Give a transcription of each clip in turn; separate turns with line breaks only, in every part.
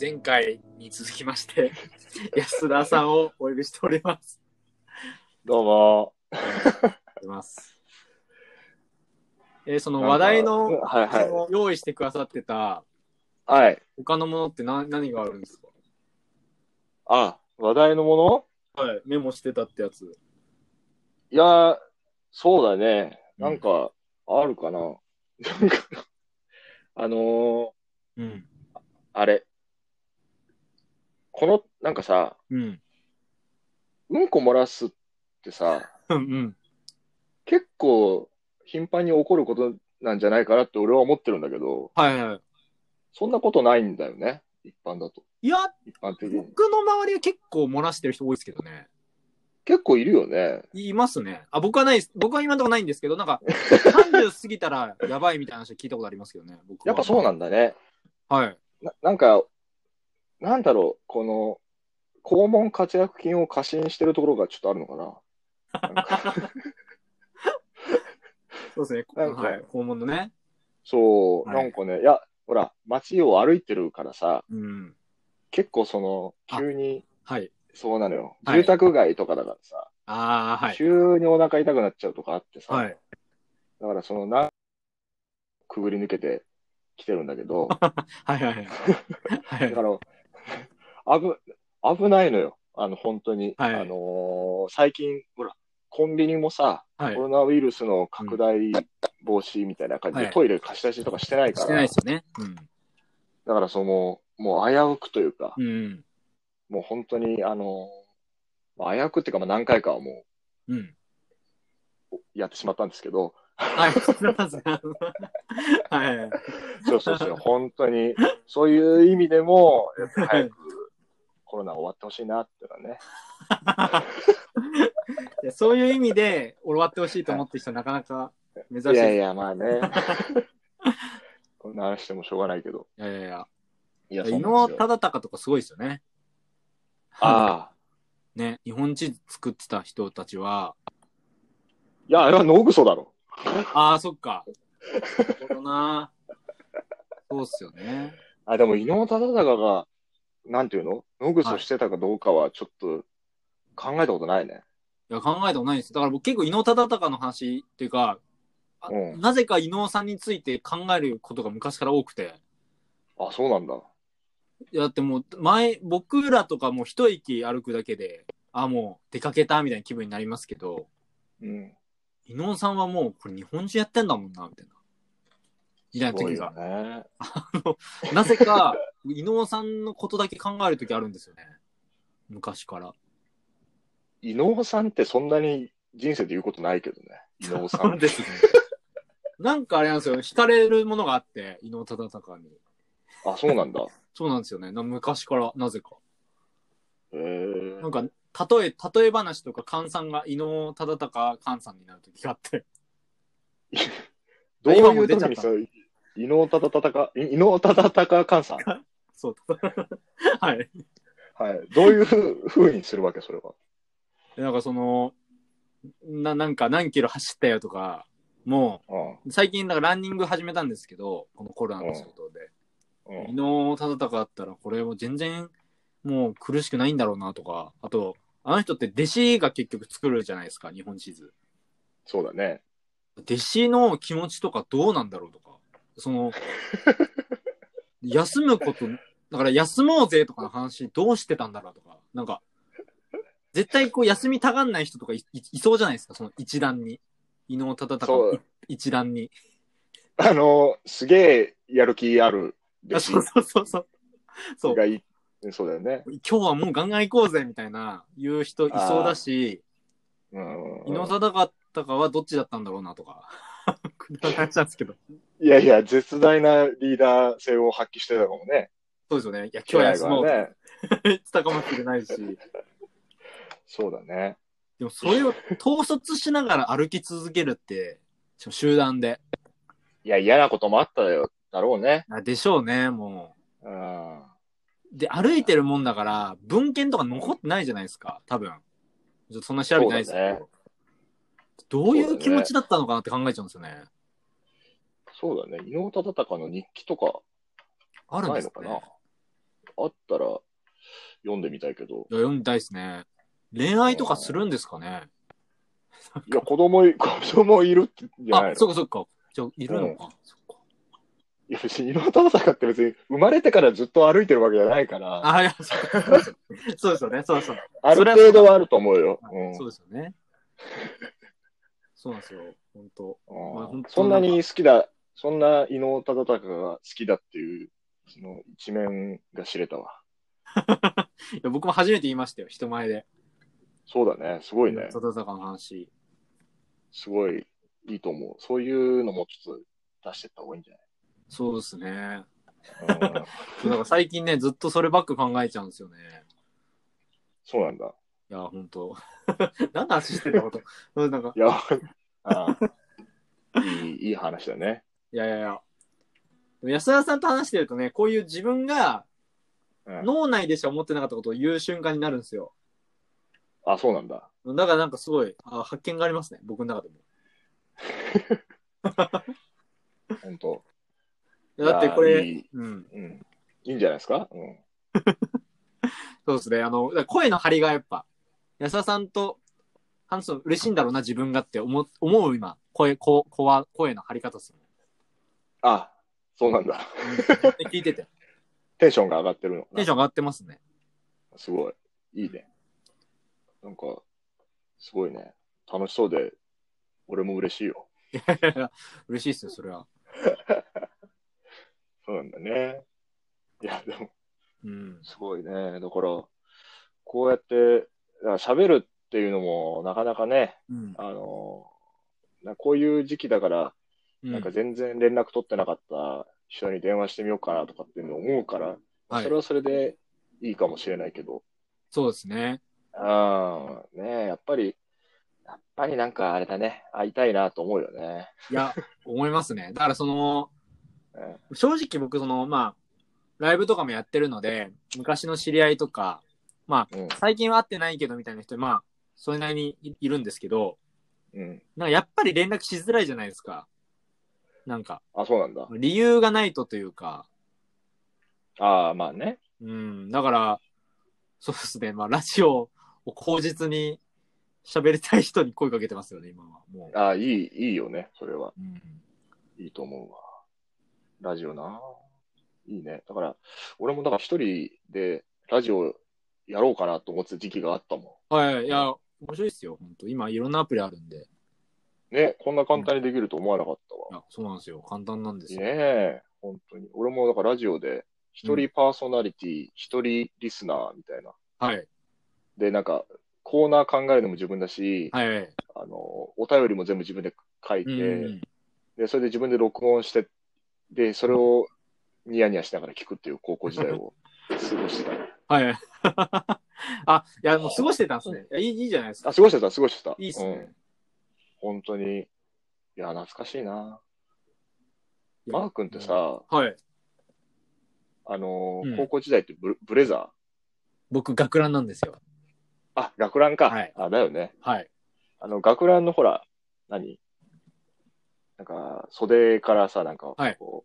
前回に続きまして 安田さんをお呼びしております。
どうも。
おりますえーその話題の、
はいは
用意してくださってた
い。はい。
他のものって何何があるんですか
あ、話題のもの
はい、メモしてたってやつ。
いやー、そうだね。なんか、あるかな。なんかあのー、
うん。
あれ。この、なんかさ、
うん。
うんこ漏らすってさ、
うん。
結構頻繁に起こることなんじゃないかなって俺は思ってるんだけど、
はいはい。
そんなことないんだよね。一般だと。
いや、
一般的に。
僕の周りは結構漏らしてる人多いですけどね。
結構いるよね。
いますね。あ、僕はないです。僕は今のところないんですけど、なんか、30過ぎたらやばいみたいな話聞いたことありますけどね。僕は
やっぱそうなんんだね。
はい。
ななんか、なんだろう、この、肛門活躍筋を過信してるところがちょっとあるのかな。なん か
そうですね。
なんか
はい、肛門のね。
そう、
はい
なんかね、いや、ほら、街を歩いてるからさ、
うん。
結構その、
あ
急に、
はい。
そうなのよ。
はい
住宅街とかだからさ、
ああ、はい。
急にお腹痛くなっちゃうとかあってさ、
はい。
だからその、な、くぐり抜けてきてるんだけど、
はいはいは
だ
い。
か
はい。
ら、 危、危ないのよ。あの、本当に。
はい
あのー最近、ほら、コンビニもさ、
はい
コロナウイルスの拡大防止みたいな感じで、
はい
トイレ貸し出しとかしてないか
してな
ら、
いですよね。
だからその、もう危うくというか、
うん。うん。
もう本当に、あのーまあ危うくっていうか、まあ、何回かはも
うん。
うやってしまったんですけど、
はい。 そうなんですねはい。
そうそ うそう、本当に、そういう意味でも、やっぱ早くコロナ終わってほしいなっていうのはね、
いやそういう意味で、終わってほしいと思ってる人、なかなか珍しい。
いやい
い
や、ま あね。こんな話してもしょうがないけど。
やいやいや。
いや、
伊
そうなん
能
ですよ。
忠敬とかすごいですよね。
ああ。
ね、日本地図作ってた人たちは、
いや、あれは脳嘘だろ。
ああ、そっか。なるほどな。そうっすよね。
あ、でも、伊能忠敬が、なんていうの脳嘘してたかどうかは、ちょっと、考えたことないね。
いや、考えたことないんですよ。だから僕結構伊能忠敬の話っていうか、あ
うん
なぜか伊能さんについて考えることが昔から多くて。
あ、そうなんだ。
いや、だってもう前、僕らとかもう一息歩くだけで、あ、もう出かけたみたいな気分になりますけど、
うん。
伊能さんはもうこれ日本中やってんだもんな、みたいな。みたいな
すご
時
いよ
が。
ね。
なぜか、伊能さんのことだけ考える時あるんですよね。昔から。
伊能さんってそんなに人生で言うことないけどね。伊能さ。
そうん ですね。なんかあれなんですよ。惹かれるものがあって、伊能忠敬に。
あ、そうなんだ。
そうなんですよね。な昔から、なぜか。
へえ
なんか、例え、例え話とか、菅さんが伊能忠敬菅さんになる時があって。
どう
今
い
も
う
出
時
ちゃった
にさ、伊能忠敬、伊能忠敬 関さん。
そう。はい。
はい。どういうふうにするわけ、それは。
でなんかその、な、なんか何キロ走ったよとか、も
うん
う、最近、だからランニング始めたんですけど、このコロナの仕事で。
うん
伊能忠敬だったら、これも全然、もう苦しくないんだろうなとか、あと、あの人って弟子が結局作るじゃないですか、日本地図。
そうだね。
弟子の気持ちとかどうなんだろうとか、その、休むこと、だから休もうぜとかの話どうしてたんだろうとか、なんか、絶対こう休みたがんない人とかいいいそうじゃないですか、その一段に。伊能忠敬
そ
の
う
い一段に。
あの、すげえやる気ある弟
あ
子
そうそうそうそう。そう。
がいい。そうだよね。
今日はもうガンガン行こうぜみたいな、言う人いそうだし、
うん
伊能忠敬はどっちだったんだろうなとか。 こんな話なんですけど。
いやいや、絶大なリーダー性を発揮してたかもね。
そうですよね。いや、今日は休もうって
ね。
言 ってたかもしれないし。
そうだね。
でもそれを統率しながら歩き続けるって、しかも集団で。
いや、嫌なこともあったよ、だろうね。
あでしょうね、も
うん。
う。で、歩いてるもんだから、文献とか残ってないじゃないですか、多分。ちょっとそんな調べてないですけど。
そうだね
どういう気持ちだったのかなって考えちゃうんですよね。
そうだね。伊能忠敬の日記とか
あるん
な
で
い
す
の
か
か
ね。
な。あったら読んでみたいけど。
いや読みたいですね。恋愛とかするんですかね
いや、子供い、 子供いるってじゃない
あ
の、
そっかそっか。じゃあ、いるのか。そっか。
いや、別に井上忠敬って別に生まれてからずっと歩いてるわけじゃないから、
あ、いや、そうかそうですよね。そうですよね。
ある程度はあると思うよ。うん
そうですよね。そうなんですよ。本当。まあ
う
本
ん
当
そんなに好きだ、そんな伊能忠敬が好きだっていう、その一面が知れたわ。
いや僕も初めて言いましたよ。人前で。
そうだね、すごいね
佐。藤坂の話。
すごいいいと思う。そういうのもちょっと出してった方がいいんじ
そうですね。
ゃ ない、うん
そうだから最近ね、ずっとそればっか考えちゃうんですよね。
そうなんだ。
いや、本当 何の話してたことそうなんか、
いや、ああいいいい話だね。
いやいやいや。でも安田さんと話してるとね、こういう自分が
うん、
脳内でしか思ってなかったことを言う瞬間になるんですよ。
あ、そうなんだ。
だからなんかすごい、あ発見がありますね。僕の中でも。
本当。
いやだってこ
いや
れ、
いい
うん。
うん、いいんじゃないですか、うん、
そうですね。あの、だから声の張りがやっぱ、安田さんと話すの嬉しいんだろうな、自分がって思う思う今。声、ここは声の張り方っすね。
あ、そうなんだ。
で聞い てて。
テンションが上がってるのかな。
テンション上がってますね。
すごい。いいね。なんか、すごいね。楽しそうで、俺も嬉しいよ。
嬉しいっすよ、それは。
そうなんだね。いや、でも、
うん。
すごいね。だから、こうやって、だから喋るっていうのも、なかなかね、
うん。
あの、なこういう時期だから、
うん
なんか全然連絡取ってなかった人に電話してみようかなとかっていうの思うから、
はい
それはそれでいいかもしれないけど、
そうですね。
ああ、ねえ、やっぱり、やっぱりなんかあれだね、会いたいなと思うよね。
いや、思いますね。だからその、
うん
正直僕その、まあ、ライブとかもやってるので、昔の知り合いとか、まあ、
うん
最近は会ってないけどみたいな人、まあ、それなりにいいるんですけど、
うん。
なんかやっぱり連絡しづらいじゃないですか。なんか、
あ、そうなんだ。
理由がないとというか、
ああ、まあね。
うん、だから、そうですね、まあ、ラジオを口実に喋りたい人に声かけてますよね、今は。も
ああ、いい、いいよね。それは。
う。うん、
いいと思うわ。ラジオな。いいね。だから、俺もだから一人でラジオやろうかなと思ってた時期があったも
はい、いや、面白いですよ、本当今、いろんなアプリあるんで。
ん。ね、こんな簡単にできると思わなかったわ
い。や、そうなんですよ、簡単なんですよ。
ねえ、本当に。俺もだからラジオで、一人パーソナリティ、一人リスナーみたいな。
はい、
で、なんか、コーナー考えるのも自分だし、
はい、はい。
あの、お便りも全部自分で書いて、
うん、
で、それで自分で録音して、で、それをニヤニヤしながら聞くっていう高校時 代を過ごしてた。
はい。 あ、いや、もう過ごしてたんですね。いやいいいいじゃないですか。
あ、過ごしてた、過ごしてた。
いいっす
う
ね
ん。。本当に。いや、懐かしいな。
いや
マー君ってさ、
はい。
あの
うん
高校時代ってブブレザー
僕、学ランなんですよ。
あ、学ランか。
はい
あ、だよね。
はい。
あの、学ランのほら、何なんか、袖からさ、なんか、
はい
こ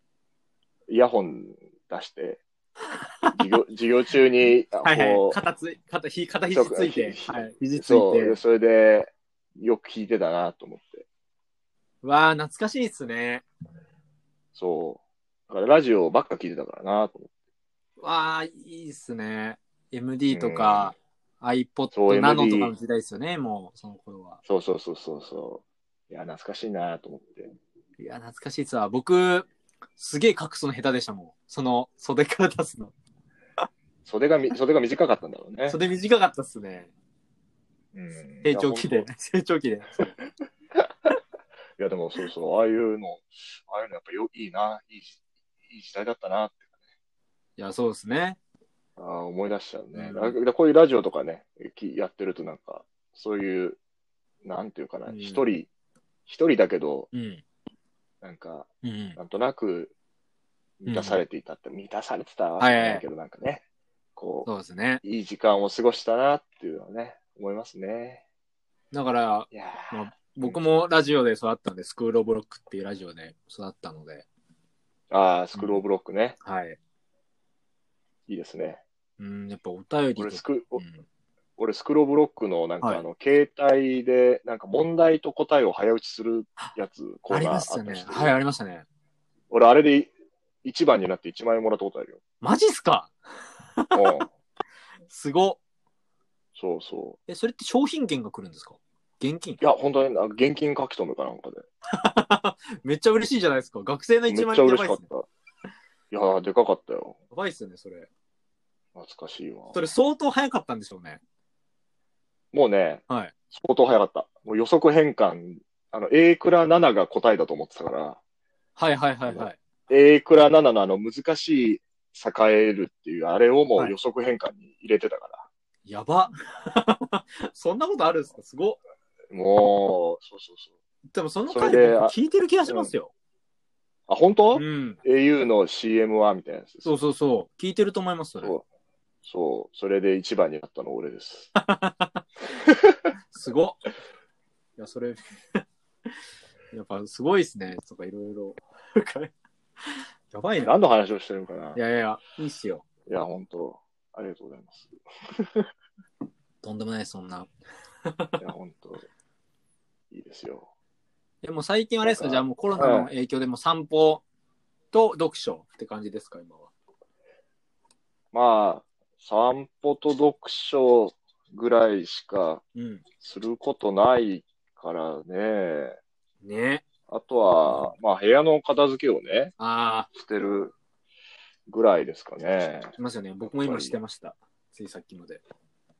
う、イヤホン出して、授 業、授業中に、あ
はいは
こ
い。
う
肩つい、肩、ひ、肩肘ついて。
そう
はい。肘つい
そう、で
て。
それで、よく聞いてたなと思って。
わあ、懐かしいっすね。
そう。だからラジオばっか聞いてたからなと思って。
わあ、いいっすね。MD とか、
そう
iPod、
MD
ナノとかの時代ですよね、もう、その頃は。
そうそうそうそうそう。いや、懐かしいなと思って。
いや、懐かしいっすわ。僕、すげえ隠すの下手でしたもん。その、袖から出すの。
袖がみ、袖が短かったんだろうね。
袖短かったっすね。
うん
成長期
い
で
やほんと。
成長期で。
いや、でもそうそう、ああいうの、ああいうのやっぱよいいな、いいし、いい時代だったなって。
いや、そうですね。
ああ、思い出しちゃう
う
ね。
ん
だからこういうラジオとかね、きやってるとなんか、そういう、なんていうかな、
うん
一、人、一人だけど、
うん。
なんか、
うん。
なんとなく満たされていたって、満たされてたわけ
は
じ
い
ゃ
はい
ないけど、なんかね、こ
そうですね。
う、いい時間を過ごしたなっていうのはね、思いますね。
だから、
いやー
まあ僕もラジオで育ったんで、スクールオブロックっていうラジオで育ったので、
ああ、スクローブロックね。
はい。
いいですね。
うん、やっぱお便り
俺
と
ス
か。
ク、
うん
俺、スクローブロックの、なんか、
はい
あの、携帯で、なんか、問題と答えを早打ちするやつ、コ
あ
ー
り
ナーあ
ま
っ
した
た
ね
り。して、
はい、ありましたね。
俺、あれで1番になって1万円もらったことあ るよ。
マジっすか
うん。
すご。
そうそ
え、それって商品券が来るんですか現金
う。いや、本当に、なんか現金書き留めかなんかで。
めっちゃ嬉しいじゃないですか。学生の
めっち
1
ゃ
万円や
嬉
ばい
しか
っ
っ
すね。
た。いやー、でかかったよ。
やばいっすよね、それ。
懐かしいわ。
それ相当早かったんでしょうね。
もうね、
はい
相当早かった。もう予測変換、あの、A クラ7が答えだと思ってたから、
はいはいはいはい。
A クラ7のあの、難しい栄えるっていう、あれをもう予測変換に入れてたから。
やば。 そんなことあるんですかすご。
もう、そうそうそ
でもその
そ
回
れで
僕聞いてる気がしますよ。
う。あ、本
う
当、
ん。
?au の CM はみたいなやつです
そうそうそう。聞いてると思います、それ
そ。うそう。それで一番になったの俺です。
すごっ。いや、それ、 やっぱすごいですね。とかいろいろ。 やばいな。
何の話をしてるのかない
いやいやいや、いいっすよ。
や、本当ありがとうございます。
とんでもない、そんな。
いや、本当いいですよ。
でもう最近はあれですか、
なんか
じゃあもうコロナの影響でもう散歩と読書って感じですか、今は。
まあ、散歩と読書ぐらいしか
うん。
することないからね。
ね。
あとは、まあ、部屋の片付けをね、
ああ、
してるぐらいですかね。
しますよね。僕も今してました。ついさっきまで。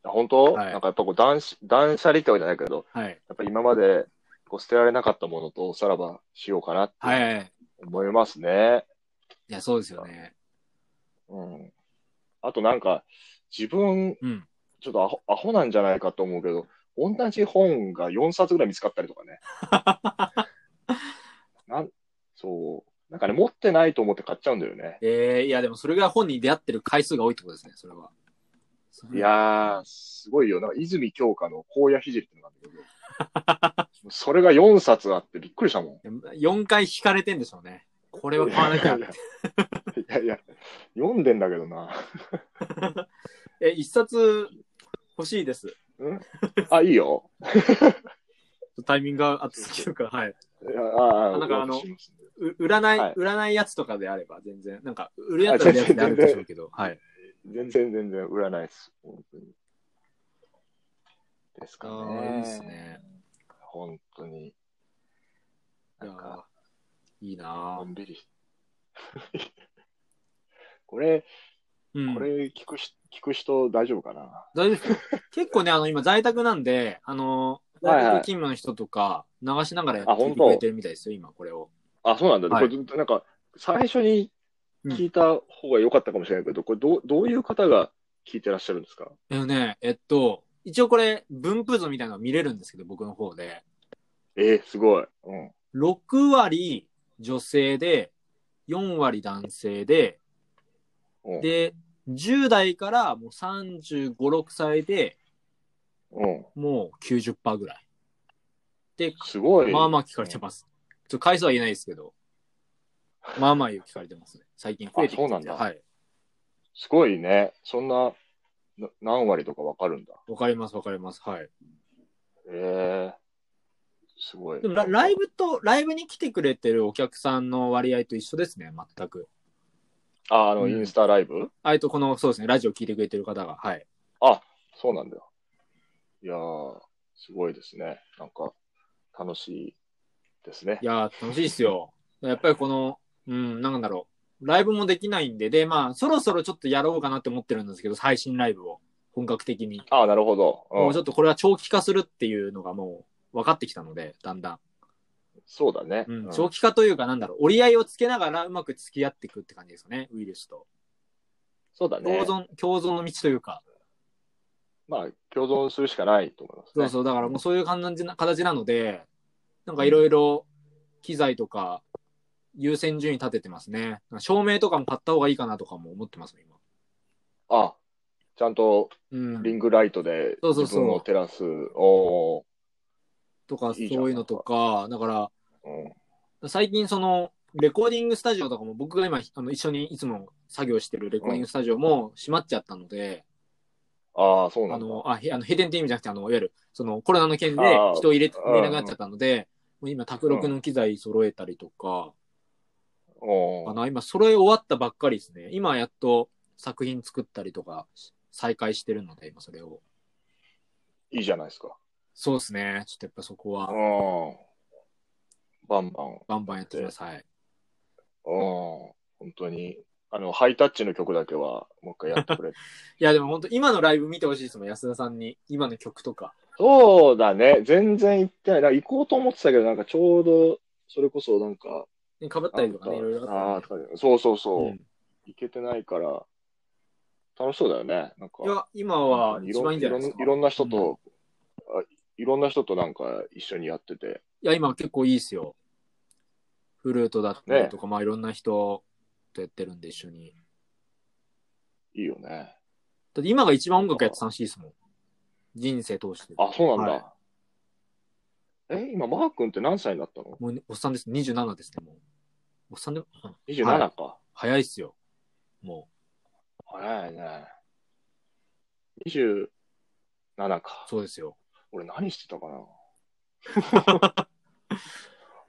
本当、
はい
なんかやっぱこう断捨、断捨離ってわけじゃないけど、
はい。
やっぱ今までこう捨てられなかったものとおさらばしようかなって
はいはいはい。
思いますね。
いや、そうですよね。
うん。あとなんか、自分、
うん。
ちょっとアホアホなんじゃないかと思うけど、同じ本が4冊ぐらい見つかったりとかね。 なんそう。なんかね、持ってないと思って買っちゃうんだよね。
えー、いや、でもそれぐらい本に出会ってる回数が多いってことですね、それは。
いやー、すごいよ。なんか、泉鏡花の荒野聖ってのがあるんだけ ど、それが4冊あってびっくりしたもん。
4回引かれてんでしょうね。これは買わなきゃ
い。やいや、読んでんだけどな。
え、一冊欲しいです。
あ、いいよ。
タイミングがあった時とか、はい。
いやああ
なんかあの
お渡ししますんで
う占い、
はい
占いやつとかであれば全然、なんか、売るやつは売るやつであるでしょうけど、はい。
全然全然売らないです。本当に。ですか
あ
ね。
ーいいっすね。
本当に。
い
な
や
んか、
ーいいなぁ
のんびり。 これ、
うん。
これ聞くし、聞く人大丈夫かな
大丈夫ですか結構ね、あの、今在宅なんで、あの、在
はい
宅
は
勤
い
務の人とか、流しながらや
あ
って
本
て
当
くれてるみたいですよ、今、これを。
あ、そうなんだ。
はい
これ、なんか、最初に聞いた方が良かったかもしれないけど、これどう、どういう方が聞いてらっしゃるんですか
えのね、えっと、一応これ、分布図みたいなのが見れるんですけど、僕の方で。
えー、すごい。うん。
6割女性で、4割男性で、
うん。
で、10代からもう35、6歳で
うん。
もう90%ぐらい。で、
すごい。
まあまあ聞かれてます。ちょっと回数は言えないですけど、まあまあ聞かれてますね。最近増えてきて
あそうなんだ
はい。
すごいね。そんな、な何割とかわかるんだ。
わかります、わかります。はい。
ええすごい。
でもラ、ライブと、ライブに来てくれてるお客さんの割合と一緒ですね、全く。
あ、あ
う
の、
ん
インスタライブ、
あえっと、この、そうですね、ラジオ聞いてくれてる方が、はい。
あ、そうなんだよ。いやー、すごいですね。なんか、楽しいですね
い。やー、楽しいっすよ。やっぱりこの、うん、なんだろう。ライブもできないんで、で、まあ、そろそろちょっとやろうかなって思ってるんですけど、配信ライブを、本格的に。
あなるほど。
も
う
うんちょっとこれは長期化するっていうのがもう分かってきたので、だんだん。
そうだね。
うん、
うん
長期化というか、なんだろう、折り合いをつけながらうまく付き合っていくって感じですかね、ウイルスと。
そうだ
共
ね。
存、共存の道というか。
まあ、共存するしかないと思います、
そ
ね。
うそう、だからもうそういう感じな形なので、なんかいろいろ機材とか優先順位立ててますね。なんか照明とかも買った方がいいかなとかも思ってます、今。
あ、ちゃんと
うん。
リングライトで
そうそう
自
そう
分を照らす。お
とか、
いいじゃん
そういうのとか、だか
ーうん
ら、最近その、レコーディングスタジオとかも僕が今あの一緒にいつも作業してるレコーディングスタジオも閉まっちゃったので、
ああ、そうな
あ
んだ。
の、あ、へあの閉店って意味じゃなくて、あの、いわゆる、そのコロナの件で
あー
人を入れ
うん
入れなくなっちゃったので、もう今、卓録の機材揃えたりとか、
おー
かな今、揃え終わったばっかりですね。今、やっと作品作ったりとか、再開してるので、今、それを。
いいじゃないですか。
そうですね。ちょっとやっぱそこ
う
は、
ん。バンバン。うん。
バンバンやってください。
本当に。あの、ハイタッチの曲だけは、もう一回やってくれ。
いや、でも本当今のライブ見てほしいですもん、安田さんに。今の曲とか。
そうだね。全然行ってない。なんか行こうと思ってたけど、なんかちょうど、それこそなんか、
ねかぶったりとかね、いろいろ
あ
あっ
あー
た
とかでそうそうそう。
んで。
行けてないから、楽しそうだよね。なんか、
いや、今は
うん
一番いいんじゃないですか。
ろんいろんな人
うんい
と、あいろんな人となんか一緒にやってて、
や、今結構いいですよ。フルートだったりとか、まあいろんな人とやってるんで一緒に。
いいよね。
だって今が一番音楽やって楽しいですもん。人生通して。
あ、そうなんだ。
は
え、今、マー君って何歳になったの
もうねおっさんです。27ですね、もう。おっさんで、うん、
?27
は
か。
早いっすよ。も
早いね。27
う、
か。
そうです よ。
俺何してたかな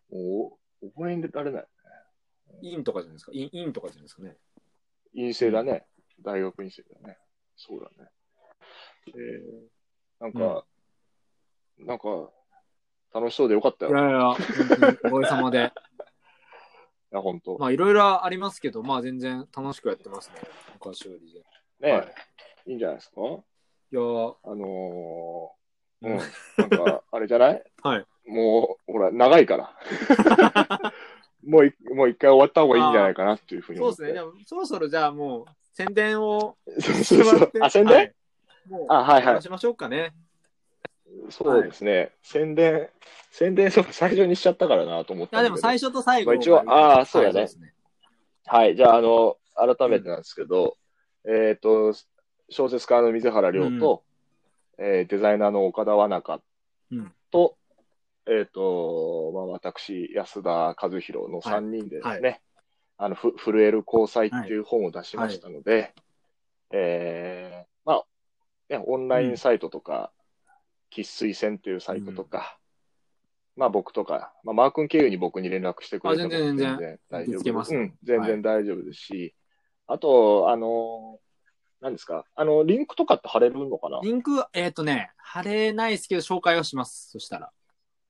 もう、覚えられない。
インとかじゃないですか。イン、インとかじゃないですかね。
陰性だね。大学院生だね。そうだね。えー、なんか、なんか、楽しそうでよかった
い
よ。い
やいや、本当におかげさまで。
や、ほんと。
まあいろいろありますけど、まあ全然楽しくやってますね。昔よりで。い
ね、、
はい
いんじゃないです
や
か
ー
あのー、
う
うんん。なんか、あれじゃない
はい。
もう、ほら、長いから。 もうい、もう一回終わった方がいいんじゃないかなっていうふうに
そう
思っ
です
て。
ね。でもそろそろじゃあもう宣伝を
そうそうそう。あ、宣伝、
はいもう、
あ、はいは
話
い。
しましょうかね。
そうですね。宣伝、 宣伝、そう最初にしちゃったからなと思っ
い
た
や、
ん
で
だけど
も最初と最後が
まあ一応あーそうだね
はいですね。
はい。じゃあ、あの、改めてなんですけど、えっ、と、小説家の水原涼と、えーデザイナーの岡田和中
うん
と、えっ、と、まあ、私、安田和弘の3人でですね、
はい
あの、ふ震える交際っていう本を出しましたので、えーまあ、ね、オンラインサイトとか、喫水線っていうサイトとか、まあ僕とか、まあマー君経由に僕に連絡してくれても
あ全然全然
大丈
見つけま
夫。
す
うん、全然大丈夫ですし、あと、あの、何ですか、あの、リンクとかって貼れるのかな
リンク、えっ、とね、貼れないですけど、紹介はします。そしたら。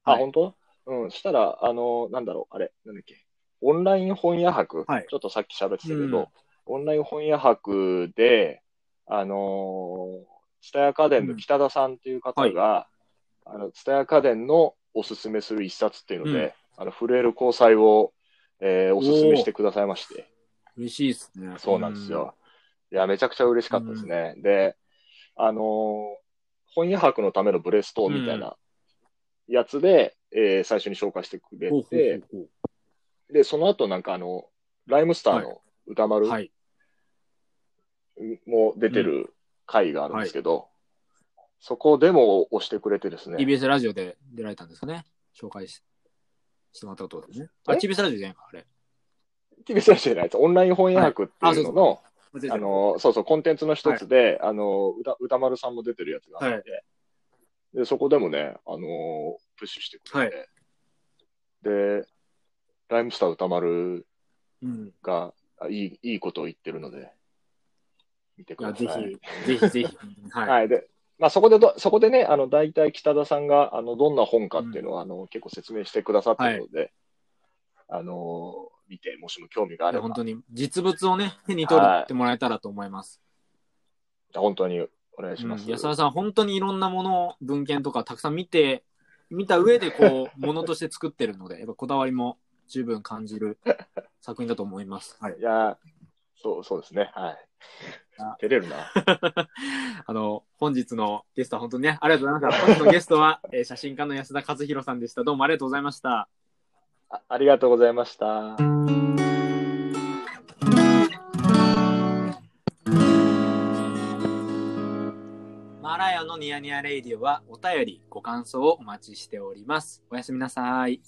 あ、
はい
本当うん、したら、あの、なんだろう、あれ、なんだっけ、オンライン本屋博、
はい
ちょっとさっき喋ってたけど、
うん
オンライン本屋博で、あのー、蔦屋家電の北田さんっていう方が、あの、蔦屋家電のおすすめする一冊っていうので、あの、震える交際を、えーおすすめしてくださいまして、
嬉しいですね。
そうなんですよ。いや、めちゃくちゃ嬉しかったですね。で、あのー本屋博のためのブレストみたいなやつで、えー最初に紹介してく
う
れ
ん。ほうほ
て
う、ほう
で、その後なんかあの、ライムスターの歌
ほ
丸
う。はい。
も出てる回があるんですけど、そこでも押してくれてですね。
TBS ラジオで出られたんですかね。紹介ししてもらったことですね。あ、
え
TBS ラジオじゃないか、あれ。
TBS ラジオじゃないです。オンライン本屋博っていうのの、あ、の、そうそう、コンテンツの一つで、あの、歌、歌丸さんも出てるやつがあって、で、そこでもね、あの、プッシュしてくれて、で、ライムスター歌丸
うん。
があいい、いいことを言ってるので、見て
い
く
や、
だ
ぜ
さい。
ひ、ぜひ、ぜひ。はい。
はい。で、まあ、そこでど、そこでね、あの、大体北田さんが、あの、どんな本かっていうのを、あの、結構説明してくださってるので、あの、見て、もしも興味があ
いや
れば
本、当に実物をね、手に取ってもらえたらと思います。
本当にお願いし
うん
ます。
安田さん、本当にいろんなものを、文献とかたくさん見て、見た上でこう、ものとして作ってるので、やっぱこだわりも十分感じる作品だと思います。はい
い。や、そう、そうですね。はい
あ。
照れるな。
あの、本日のゲストは本当にね、ありがとうございました。本日のゲストは、えー写真家の安田和弘さんでした。どうもありがとうございました。
あありがとうございました。
マラヤのニヤニヤレイディオはお便り、ご感想をお待ちしております。おやすみなさい。